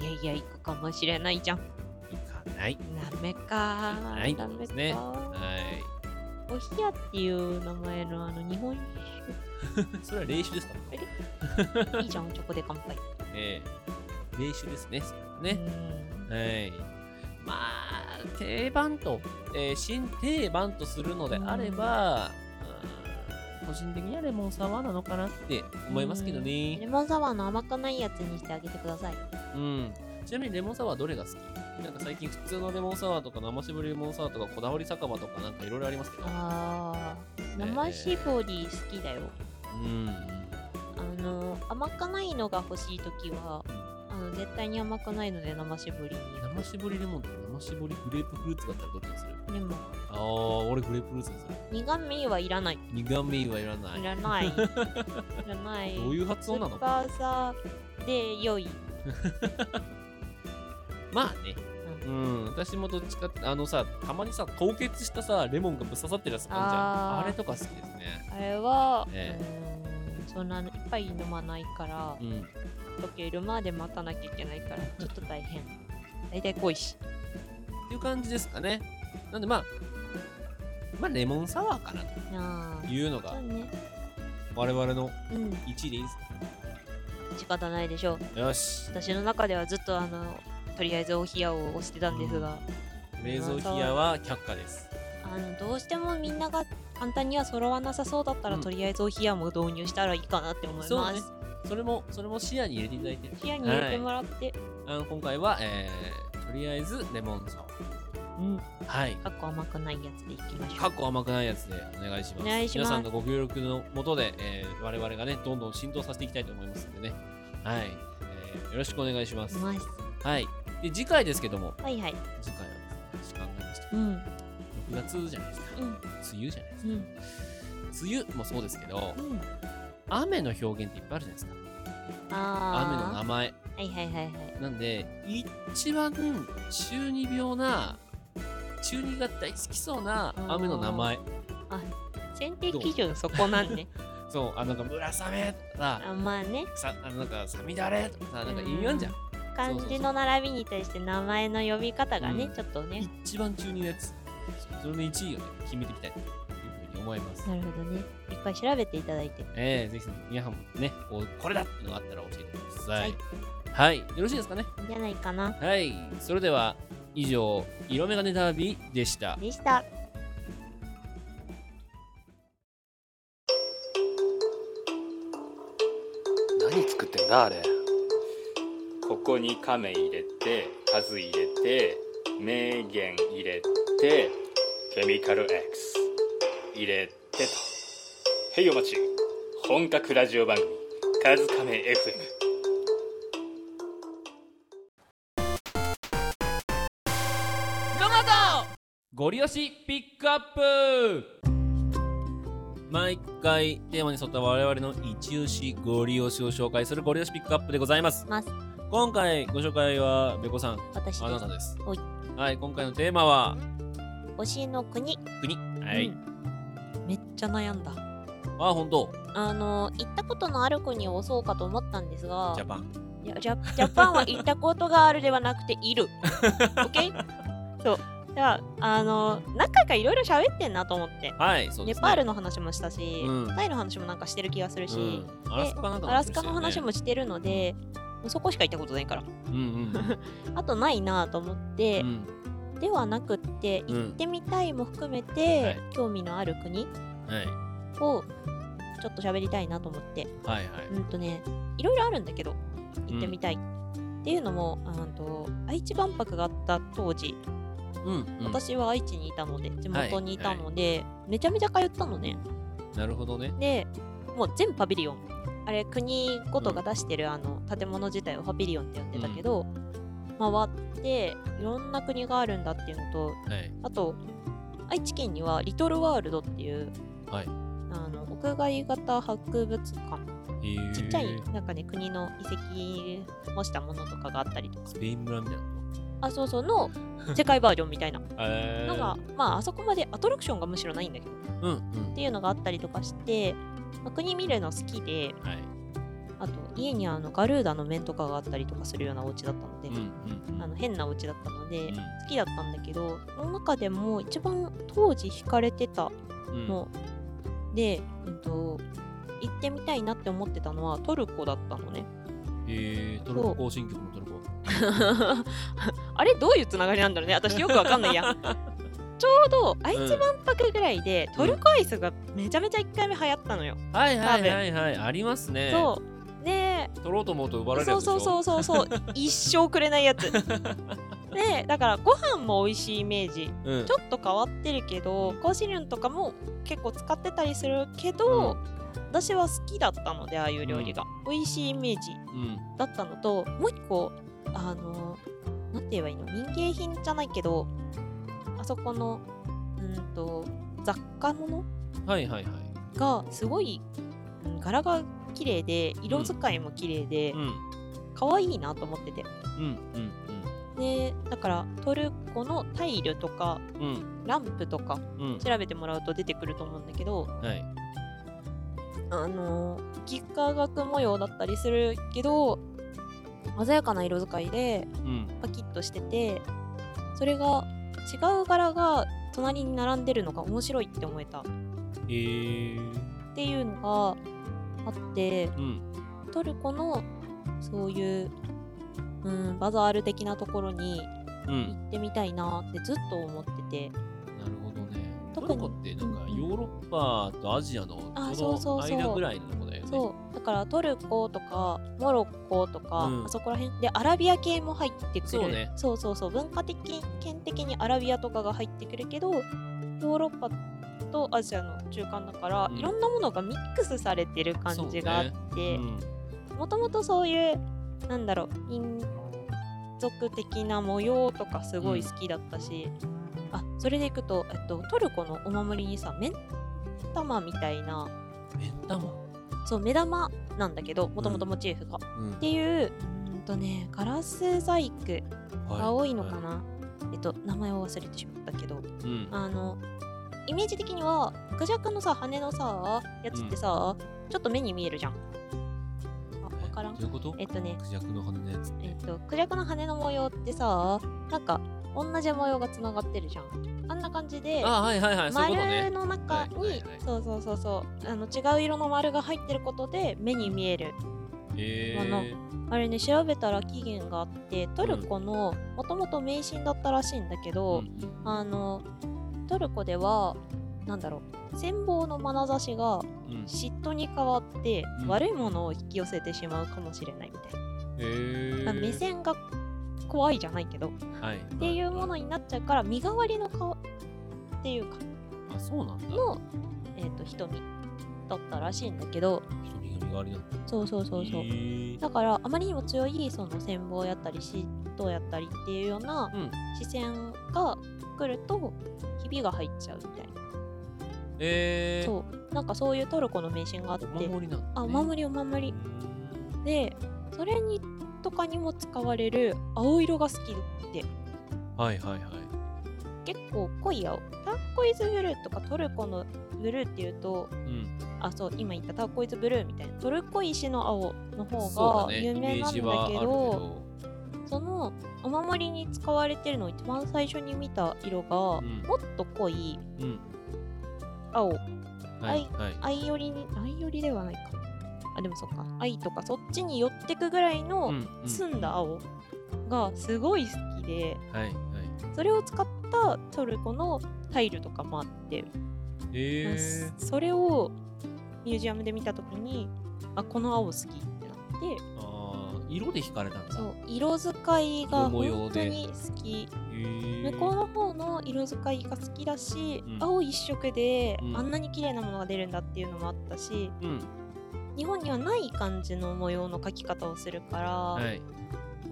いやいや行くかもしれないじゃん多分ねないダメかないダでメすか、ねはい美おひやっていう名前のあの日本それは霊酒ですか酒いいじゃん、チョコで乾 杯。ええ名酒ですね、それはね。はい。まあ、定番と、えー新定番とするのであれば、うん個人的にはレモンサワーなのかなって思いますけどね。レモンサワーの甘くないやつにしてあげてください。うん。ちなみにレモンサワーどれが好きなんか最近普通のレモンサワーとか生搾りレモンサワーとかこだわり酒場とかなんかいろいろありますけど。あー、生搾り好きだよ。うん。あの、甘くないのが欲しいときは、あの絶対に甘くないので生搾りに。生搾りレモンと生搾りグレープフルーツだったらどっちにするでも、ああ、俺グレープフルーツにする。苦味はいらない。苦味はいらない。い らない。いらない。どういう発音なのスーパーサーで良い。まあね。うん、私もどっちかって、あのさ、たまにさ、凍結したさ、レモンがぶっ刺さってるやつあるじゃん。あーあれとか好きですね。あれは、えうんそんなにいっぱい飲まないから、うん。溶けるまで待たなきゃいけないから、ちょっと大変。大体濃いし。っていう感じですかね。なんでまあ、まあレモンサワーかななと。あいうのそがう、ね。我々のうん。 1位でいいですか、仕方ないでしょう。よし。私の中ではずっとあの、とりあえずお冷やを押してたんですが、冷蔵冷やは却下です。あのどうしてもみんなが簡単には揃わなさそうだったら、とりあえずお冷やも導入したらいいかなって思いそうまねす。。それも、それも視野に入れていただいて。冷やに入れてはもいらって、あの今回は、えー、とりあえずレモンサワー。うん。はい。かっこ甘くないやつでいきましょう。過去甘くないやつでお願いします。お願いします皆さんのご協力のもとで、えー我々がね、どんどん浸透させていきたいと思いますんでね。はい。えーよろしくお願いします。ますはい。で、次回ですけども、はいはい。次回はですね、考えました。うん。 6月じゃないですか。うん梅雨じゃないですうん。か。梅雨もそうですけど、うん。雨の表現っていっぱいあるじゃないですか。雨のあ名前。あ。はいはいはいはい。なんで、一番中二病な、中二が大好きそうな雨の名前。あ、選定基準そこなんね。そう、あ、なんか村雨とかあまあね。さ、さあのなんかさみだれとかさ、なんか意味あんじゃん。漢字の並びに対して名前の読み方がね、うんちょっとね。一番中二のやつ。それの1位をね、決めていきたいというふうに思います。なるほどね。一回調べていただいて。えー、ぜひ皆さんもね、こうこれだっていうのがあったら教えてください。はい、よろしいですかね。いいんじゃないかな。はい、それでは以上、色眼鏡ダービーでした。でした。何作ってんだあれここに亀入れて数入れて名言入れてケミカル X 入れてとへいお待ち本格ラジオ番組「カズカメ FM」ロマトゴリ押しピックアップ毎回テーマに沿った我々の一押しゴリ押しを紹介するゴリ押しピックアップでございます。ます今回ご紹介はべこさん、私ですあなたです。おい、はい、今回のテーマは推しの国。国。はい。めっちゃ悩んだ。あ、本当。あの、行ったことのある国を押そうかと思ったんですが、ジャパン。いやジャジャパンは行ったことがあるではなくて、いる。OK? そう。じゃあ、あの、何回かいろいろ喋ってんなと思って。はい、そうでネす、ね。パールの話もしたし、うんタイの話もなんかしてる気がするし、うんアラスカかなんかでの話アラスでカのした話よねもしてるので、そこしか行ったことないから。うんうん。あとないなと思って、ではなくって、うん行ってみたいも含めて、興味のある国はい。をちょっと喋りたいなと思って、はいはい。うんとね、いろいろあるんだけど、行ってみたい。っていうのも、うんと、愛知万博があった当時、うん、うん。私は愛知にいたので、地元にいたはいので、めちゃめちゃ通ったのね。なるほどね。でもう全パビリオンあれ国ごとが出してる、あの建物自体をパビリオンって呼んでたけど、回っていろんな国があるんだっていうのとはい。あと愛知県にはリトルワールドっていうはい。あの屋外型博物館えー、ちっちゃいなんかね国の遺跡模したものとかがあったりとかスペイン村みたいな。あそうそうの世界バージョン みたいなえー、なんかまああそこまでアトラクションがむしろないんだけどうんうん。っていうのがあったりとかして、まあ国見るの好きで、あと家にあのガルーダの面とかがあったりとかするようなお家だったので、あの変なお家だったので、好きだったんだけどその中でも一番当時惹かれてたの、で、うん、と行ってみたいなって思ってたのはトルコだった のね。えー、トルコ行進曲のトルコ。あれどういうつながりなんだろうね私よくわかんない やちょうど愛知万博ぐらいで、トルコアイスがめちゃめちゃ1回目流行ったのよ、はいはいはいはい、ありますね。そうで取ろうと思うと奪われるそやうつでしそょうそうそうそう 一生くれないやつでだからご飯も美味しいイメージ、うんちょっと変わってるけど香辛料とかも結構使ってたりするけど、私は好きだったのでああいう料理が、美味しいイメージうん。だったのともう一個あのなんて言えばいいの民芸品じゃないけどあそこのうんと雑貨物はいはいはい。がすごいうん柄が綺麗で色使いも綺麗で、可愛いなと思っててうんうんでだからトルコのタイルとかうんランプとかうん調べてもらうと出てくると思うんだけど、うん。はい。あの幾何学模様だったりするけど鮮やかな色使いでうん。パキッとしててそれが違う柄が隣に並んでるのが面白いって思えたっえー。ていうのがあってうん。トルコのそういう、うん、バザール的なところにうん。行ってみたいなってずっと思っててなるほどね。ト特ルにコってなんかヨーロッパとアジアのあちょうそどうそうそう間ぐらいのとこだよね。そうだからトルコとかモロッコとか、うんあそこら辺でアラビア系も入ってくるそうねそうそうそう文化的圏的にアラビアとかが入ってくるけどヨーロッパとアジアの中間だから、うんいろんなものがミックスされてる感じがあってもともとそういうなんだろう民族的な模様とかすごい好きだったし、あそれでいくと、えっと、トルコのお守りにさ目ん玉みたいなそう目玉なんだけどもともとモチーフが、うんっていううんとねガラス細工はいが多いのかな、えっと名前を忘れてしまったけど、うんあのイメージ的にはクジャクのさ羽のさやつってさ、ちょっと目に見えるじゃんあ分からんどういうことえっとねクジャクの羽のやつって。えっと、クジャクの羽の模様ってさ、なんか同じ模様がつながってるじゃん。あんな感じで、あはいはいはいそういうことね丸の中に、そうそうそうそう、あの違う色の丸が入ってることで目に見える。えものー。あれね、調べたら起源があって、トルコのもともと迷信だったらしいんだけど、あのトルコでは、なんだろう、羨望の眼差しうがん嫉妬に変わって、うん悪いものを引き寄せてしまうかもしれないみたいな。えー。まあ目線が怖いじゃないけど、はい。っていうものになっちゃうから身代わりの顔っていうかあ、そうなんだ。の、えー、と瞳だったらしいんだけど身代わりなんだ。そうそうそうそう、えーだからあまりにも強いその戦望やったり嫉妬やったりっていうような視線が来るとひびが入っちゃうみたいな、えー。そうなんかそういうトルコの迷信があってお守りなんだねあお守りお守りでそれにとかにも使われる青色が好きではいはいはい。結構濃い青ターコイズブルーとかトルコのブルーっていうとうん。あそう今言ったターコイズブルーみたいなトルコ石の青のそう方だがね有名なんだけイメージはあどるそけどのお守りに使われてるのを一番最初に見た色が、んもっと濃いうん。青、はいはい愛よりに愛よりではないかあでもそっか愛とかそっちに寄ってくぐらいのうんうん澄んだ青がすごい好きで、はいはい。それを使ったトルコのタイルとかもあってえー。それをミュージアムで見たときにあこの青好きってなってあー色で惹かれたんだ。そう色使いが色模様本当でに好きえー向こうの方の色使いが好きだし、うん青一色でうんあんなに綺麗なものが出るんだっていうのもあったし、うん。日本にはない感じの模様の描き方をするから、はい。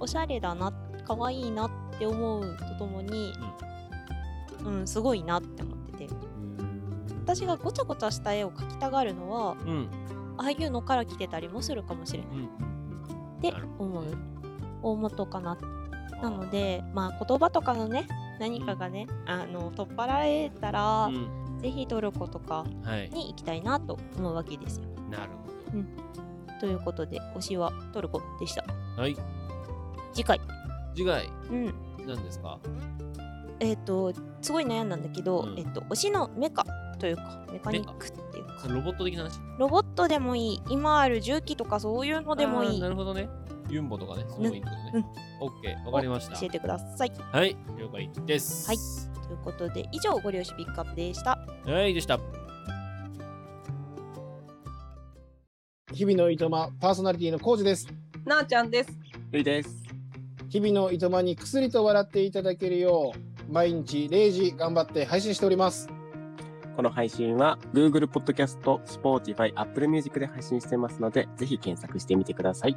おしゃれだな可愛いなって思うとともに、うんすごいなって思ってて私がごちゃごちゃした絵を描きたがるのはうん。ああいうのから来てたりもするかもしれない、うんって思う大元かななのでまあ言葉とかのね何かがね、あの取っ払えたら、うんぜひトルコとかはいに行きたいなと思うわけですよ、なるほど。うんということで推しはトルコでしたはい。次回次回、うん何ですかえっ、とすごい悩んだんだけど、えっ、と推しのメカというかメカニックっていうかロボット的な話ロボットでもいい今ある重機とかそういうのでもいあーいなるほどね。ユンボとかね、そういうのいいってことね。オッケー、わかりました。教えてくださいはい、了解です。はいということで以上ご両親ピックアップでしたはい、でした。日々のいとまパーソナリティのコウジですなあちゃんです。ゆいです日々のいとまにくすりと笑っていただけるよう毎日0時頑張って配信しておりますこの配信は Google Podcast、Spotify、Apple Music で配信してますので、ぜひ検索してみてください。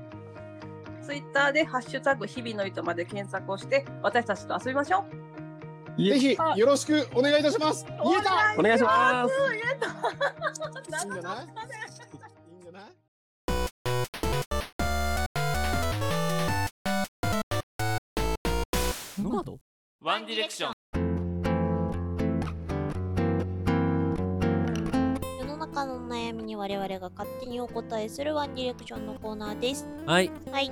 ツイッターでハッシュタグ日々の糸まで検索をして、私たちと遊びましょう。ぜひよろしくお願いいたしますお願いします。お願いします言えた。いいんじゃ ないノマドワンディレ クション。世の中の悩みに我々が勝手にお答えするワンディレクションのコーナーですはい、はい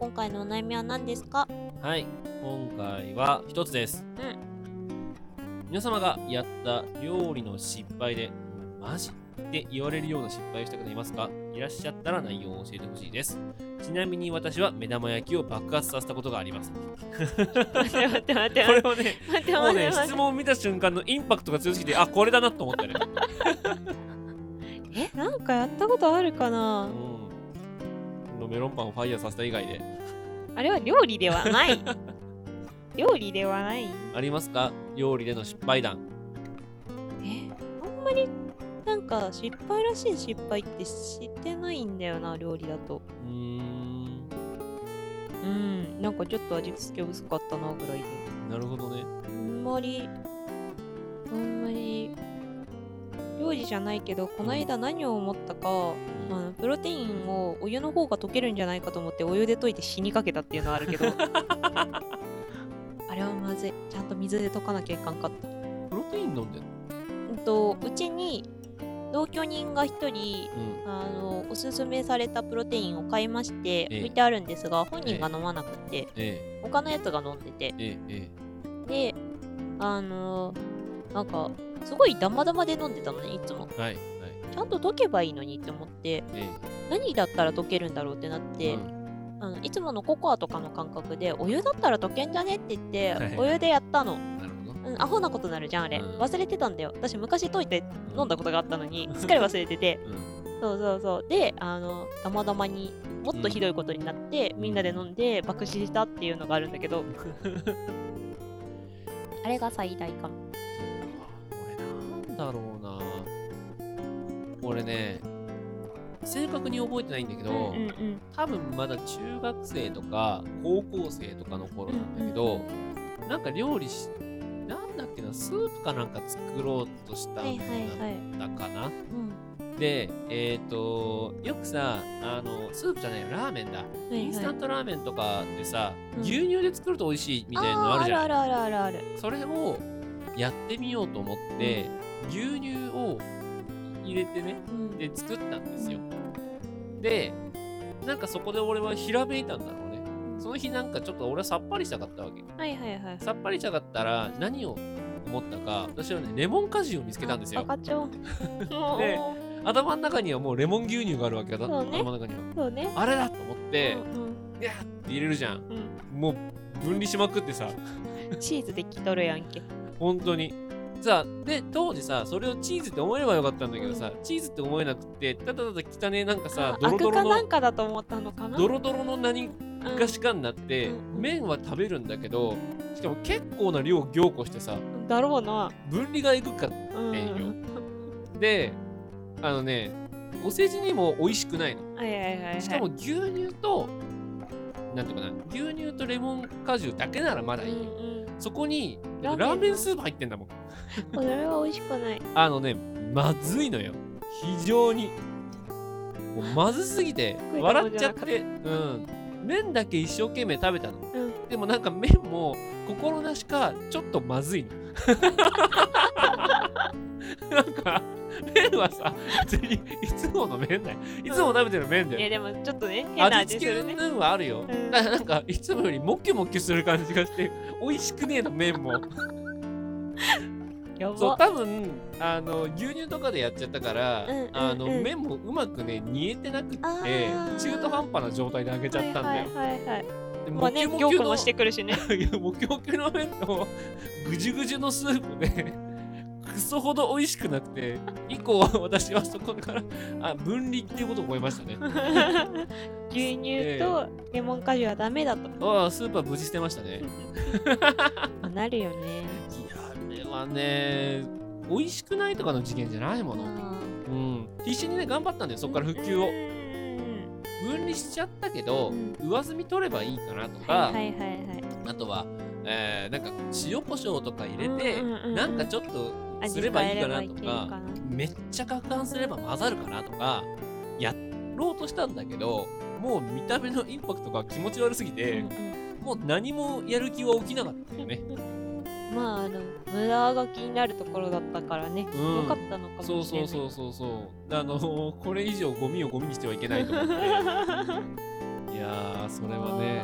今回のお悩みは何ですかはい、今回は一つです。皆様がやった料理の失敗で、マジって言われるような失敗をした方いますかいらっしゃったら内容を教えてほしいです。ちなみに私は目玉焼きを爆発させたことがあります。待 って待って待ってこれをね、待って待ってもうね、待って質問を見た瞬間のインパクトが強すぎて、あ、これだなと思っ たね。えなんかやったことあるかなこのメロンパンをファイヤーさせた以外で。あれは料理ではない 料理ではないありますか料理での失敗談。あんまりなんか失敗らしい失敗ってしてないんだよな料理だとうんうんなんかちょっと味付け薄かったなぐらいでなるほどね。あんまりあんまり料理じゃないけどこの間何を思ったか、あのプロテインをお湯の方が溶けるんじゃないかと思ってお湯で溶いて死にかけたっていうのはあるけ どあれはまずいちゃんと水で溶かなきゃいかんかったプロテイン飲んでるうんとうちに同居人が1人、うんあのおすすめされたプロテインを買いましえてえ置いてあるんですが、本人が飲まなくて、え他のやつが飲んでてえ、ええ、であのなんかすごいダマダマで飲んでたのねいつもええ。はい、はい。ちゃんと溶けばいいのにって思ってえ何だったら溶けるんだろうってなって、あのいつものココアとかの感覚でお湯だったら溶けんじゃねって言って、はいお湯でやったのほうん、アホなことなるじゃんあれ、忘れてたんだよ私昔溶いて飲んだことがあったのに、すっかり忘れてて、そうそうそうであのたまたまにもっとひどいことになって、みんなで飲んで爆死したっていうのがあるんだ けどあれが最大かもえ。なんだろうな。俺ね、正確に覚えてないんだけど、多分まだ中学生とか高校生とかの頃なんだけど、なんか料理し、なんだっけな、スープかなんか作ろうとしたんだったかな。で、えっ、と、よくさ、あの、スープじゃないよ、ラーメンだ。はいインスタントラーメンとかでさ、牛乳で作ると美味しいみたいなのあるじゃん。あるあるあるあるそれをやってみようと思って、牛乳を入れてね、で作ったんですよ。で、なんかそこで俺はひらめいたんだろうね。その日なんかちょっと俺はさっぱりしたかったわけ。はいはいはいさっぱりしたかったら何を思ったか、私はね、レモン果汁を見つけたんですよ。赤ちょんで、頭の中にはもうレモン牛乳があるわけだ、そうね頭の中には。そうねあれだと思って、ギャーって入れるじゃん。もう分離しまくってさ。チーズできとるやんけ本当に。さあ、で、当時さ、それをチーズって思えばよかったんだけどさ、チーズって思えなくて、ただただ汚ねえなんかさ、ドアロドロクかなのん、かだと思ったのかなドロドロの何がしかになって、麺は食べるんだけど、しかも結構な量凝固してさ、だろうな分離がいくかってうんんよ。で、あのね、お世辞にも美味しくないの。はいはいはいはいしかも牛乳と、なんていうかな、牛乳とレモン果汁だけならまだいいよ。そこに、ララーメンのーメンスープ入ってんだもん。それは美味しくないあのね、まずいのよ。非常に。もうまずすぎて、食いたも笑んっじちゃゃっ、なかってうん。麺だけ一生懸命食べたの。うんでもなんか麺も、心なしか、ちょっとまずいの。なんか、麺はさ、別にいつもの麺だよ。いつも食べてる麺だよ。えでもちょっとね、変な味味付するけうんね。ぬんはあるよ。ななんか、いつもよりもっきゅもっきゅする感じがして、美味しくねえな、麺も。やばそう、多分あの牛乳とかでやっちゃったかうら、んうんうんあの麺もうまくね、煮えてなくって、中途半端な状態で揚げちゃったんだよ。はいはいはい。でまあね、凝もきゅもきゅ固のもしてくるしね。 いやもう供給の麺のぐじゅぐじゅのスープでクソほど美味しくなくて以降私はそこからあ分離っていうことを思いましたね 牛乳えとレモン果汁はダメだと。ああスープは無事捨てましたねなるよね。あれはね美味しくないとかの事件じゃないものうん必死にね頑張ったんだよそこから復旧を分離しちゃったけど上積み取ればいいかなとか、はいはいはいはい。あとは、えーなんか塩コショウとか入れて、うんうんうんうんなんかちょっとすればいいかなと味変えればいけるかかなめっちゃ攪拌すれば混ざるかなとかやろうとしたんだけどもう見た目のインパクトが気持ち悪すぎて、もう何もやる気は起きなかった よね。まああの無駄が気になるところだったからね、うんよかったのかもしれそなうい。そうそうそうそうあのーこれ以上ゴミをゴミにしてはいけないと思 っていやーそれはね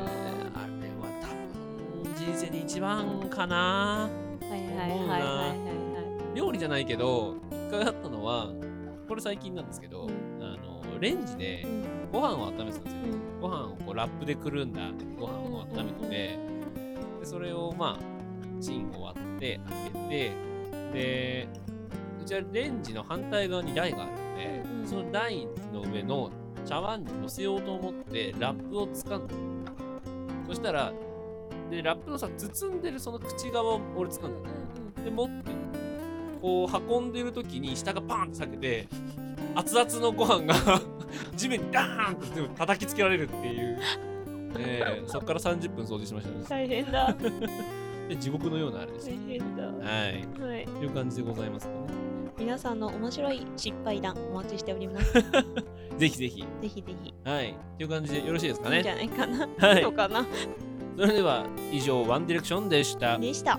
あれは多分人生で一番かなはいはいはいはいはいはい。料理じゃ ないけど一回あったのはこれ最近なんですけど、あのレンジでご飯を温めてたんですよ、ご飯をこうラップでくるんだご飯を温めてて、でそれをまあチンを割って開けてでうちはレンジの反対側に台があるので、その台の上の茶碗に乗せようと思ってラップを掴んだそしたらでラップのさ包んでるその口側を俺掴んだので持ってこう運んでる時に下がパーンって裂けて熱々のご飯が地面にダーンって叩きつけられるっていう、ねえ、そこから30分掃除しましたね大変だ。で地獄のようなあれでし大変 だ。たはいはいという感じでございますかね皆さんの面白い失敗談お待ちしております。ぜぜひぜひひぜひ。はいという感じでよろしいですかねいいんじゃないかな。はいそうかな。それでは以上ワンディレクションでしたでした。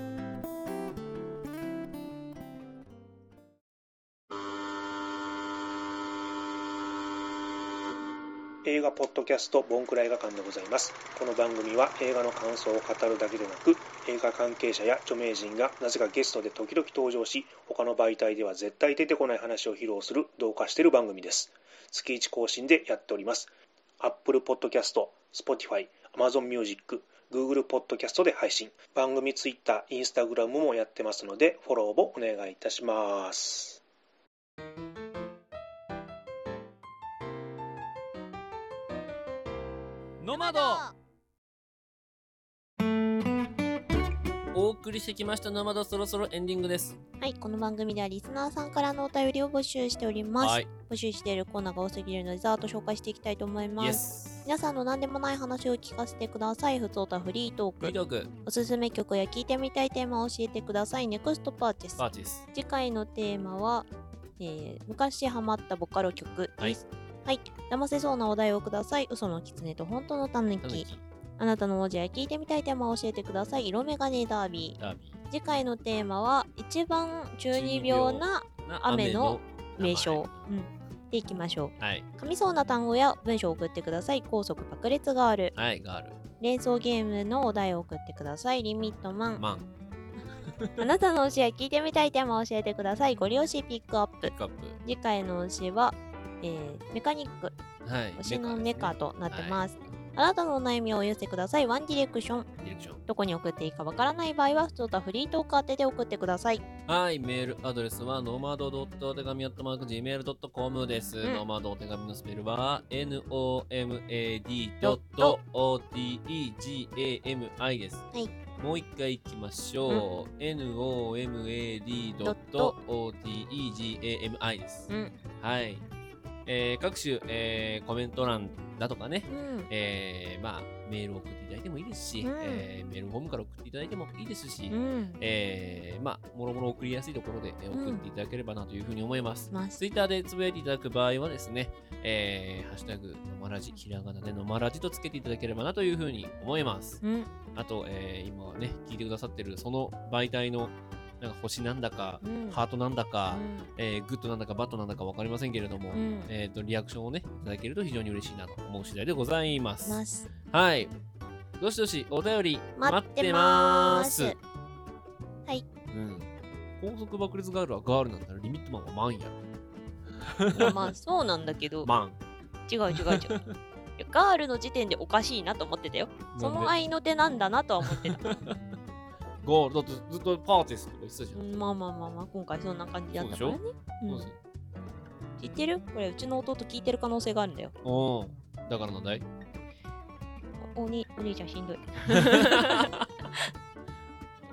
映画ポッドキャストボンクラ映画館でございますこの番組は映画の感想を語るだけでなく映画関係者や著名人がなぜかゲストで時々登場し他の媒体では絶対出てこない話を披露する同化している番組です月1更新でやっております Apple Podcast、Spotify、Amazon Music、Google Podcast で配信番組 Twitter、Instagram もやってますのでフォローもお願いいたしますノマドお送りしてきましたノマドそろそろエンディングですはい、この番組ではリスナーさんからのお便りを募集しております。はい募集しているコーナーが多すぎるので、ざーっと紹介していきたいと思います。皆さんの何でもない話を聞かせてください。ふつおたフリートーク。フリートークおすすめ曲や聞いてみたいテーマを教えてください。ネクストパーチェス。パーティース次回のテーマは、えー昔ハマったボカロ曲です。はい、騙せそうなお題をください。嘘の狐と本当のたぬき。あなたの文字や聞いてみたいテーマを教えてください。色眼鏡ダービー。ダービ次回のテーマは一番中二病な雨の名称、うん、でいきましょーはいう噛みそうな単語や文章を送ってください高速爆裂ガールはいガール連想ゲームのお題を送ってくださいリミット マンマンあなたの推しや聞いてみたいテーマを教えてくださいご利用しピックアップカップ次回の推しは、えーメカニックはい推しのメカとなってます、あなたのお悩みをお寄せくださいワンディレクションディレクションどこに送っていいかわからない場合は普通とフリートーク宛てで送ってくださいはい、メールアドレスは、ノマドお手紙 .gmail.com です。うんノマドお手紙のスペルは、nomad.otegami です。もう一回いきましょう。nomad.otegami です。うんはい。えー各種、えーコメント欄だとかね、うんえーまあ、メールを送っていただいてもいいですし、うんえーメールフォームから送っていただいてもいいですし、うんえーまあ、もろもろ送りやすいところで、えーうん送っていただければなというふうに思います。まツイッターでつぶやいていただく場合はですね、えーハッシュタグ、のまらじ、ひらがなでのまらじとつけていただければなというふうに思います。うんあと、えー今はね、聞いてくださってるその媒体の、えなんか星なんだか、うんハートなんだか、うんえーグッドなんだかバッドなんだか分かりませんけれどうも、んえー、とリアクションをねいただけると非常に嬉しいなと思う次第でございます。ますはい。どしどしお便り待待っっててまますす。はい。うん。高速爆裂ガールはガールなんだらリミットマンはマンや。いやまあそうなんだ けど、マン。違う違う違う。いやガールの時点でおかしいなと思ってたよ。その愛の手なんだなとは思ってた。ゴールドずずっとパーティスとか言ってたじゃん。まあまあまあまあ、今回そんな感じだったからねそう。そううんですよ知ってるこれ、うちの弟聞いてる可能性があるんだよ。おお。だからなんだいおにお兄ちゃんしんどい。う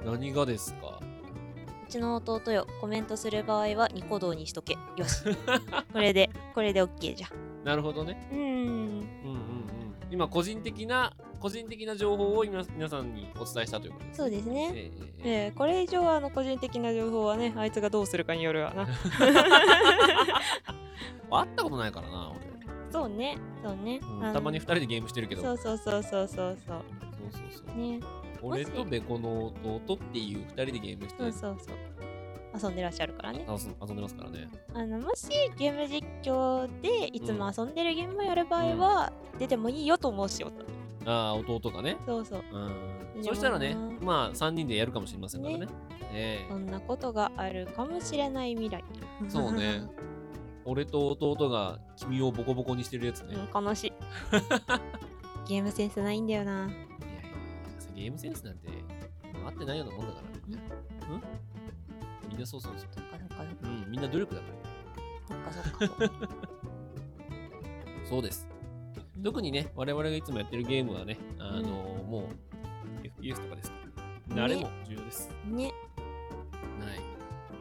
何がですかちの弟よ、コメントする場合はニコ動にしとけ。よし。これで、これで OK じゃん。なるほどね。うーん、うんうんうん。今、個人的な、個人的な情報を今皆さんにお伝えしたということです。そうですね。ええええこれ以上はあの個人的な情報はね、あいつがどうするかによるわな。会ったことないからな、俺。 そうね、そうね。うんあのたまに2人でゲームしてるけど。そうそうそうそうそうそう。そうそうそうね、俺もとしベコの弟っていう2人でゲームしてそうそうそう。遊んでらっしゃるからね。遊ん遊んでますからね。あのもしゲーム実況でいつも遊んでるゲームをやる場合は、出てもいいよと思うしよった。ああ、弟がね。そうそう。うん。でそしたらねもな、まあ3人でやるかもしれませんからね。えそんなことがあるかもしれない未来。えそうね。俺と弟が君をボコボコにしてるやつね。 うん。悲し い。ゲームセンスないんだよな。ゲームセンスなんて合ってないようなもんだから。うんみんなそうそうそう。うん、みんな努力だから。そっかそっ か。そうです。特にね、我々がいつもやってるゲームはね、あのもう FPS とかですから。慣れも重要です。ね。はい。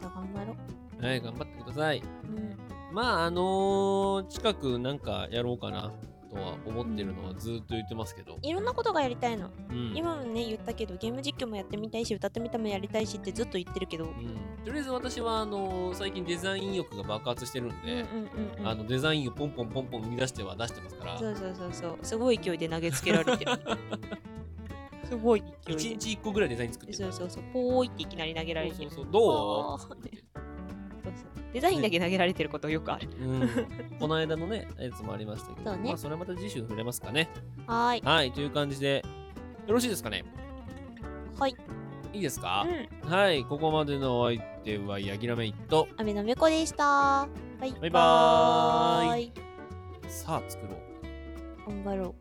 また頑張ろう。はい、頑張ってください。うん。まあ、あのー近くなんかやろうかなとは思ってるのはずっと言ってますけど。いろんなことがやりたいの。うん今もね、言ったけど、ゲーム実況もやってみたいし、歌ってみたもやりたいしってずっと言ってるけど。とりあえず私は、あのー最近デザイン欲が爆発してるんで、うんうんうんあのデザインをポンポンポンポン生み出しては出してますから、そうそうそうそう。すごい勢いで投げつけられてる。 すごい勢いで。 1日1個ぐらいデザイン作ってそうそうそう。ポーイっていきなり投げられてる。そうそうそうどうポーイってそうそうデザインだけ投げられてることよくある。うん、この間のね、やつもありましたけど、そうねまあ、それはまた次週触れますかね。はーい。はい、という感じで、よろしいですかねはい。いいですか、うはい、ここまでのお相手は、ヤギラメイト。アメのめこでした。バイバイバーイイ。さあ、作ろう。頑張ろう。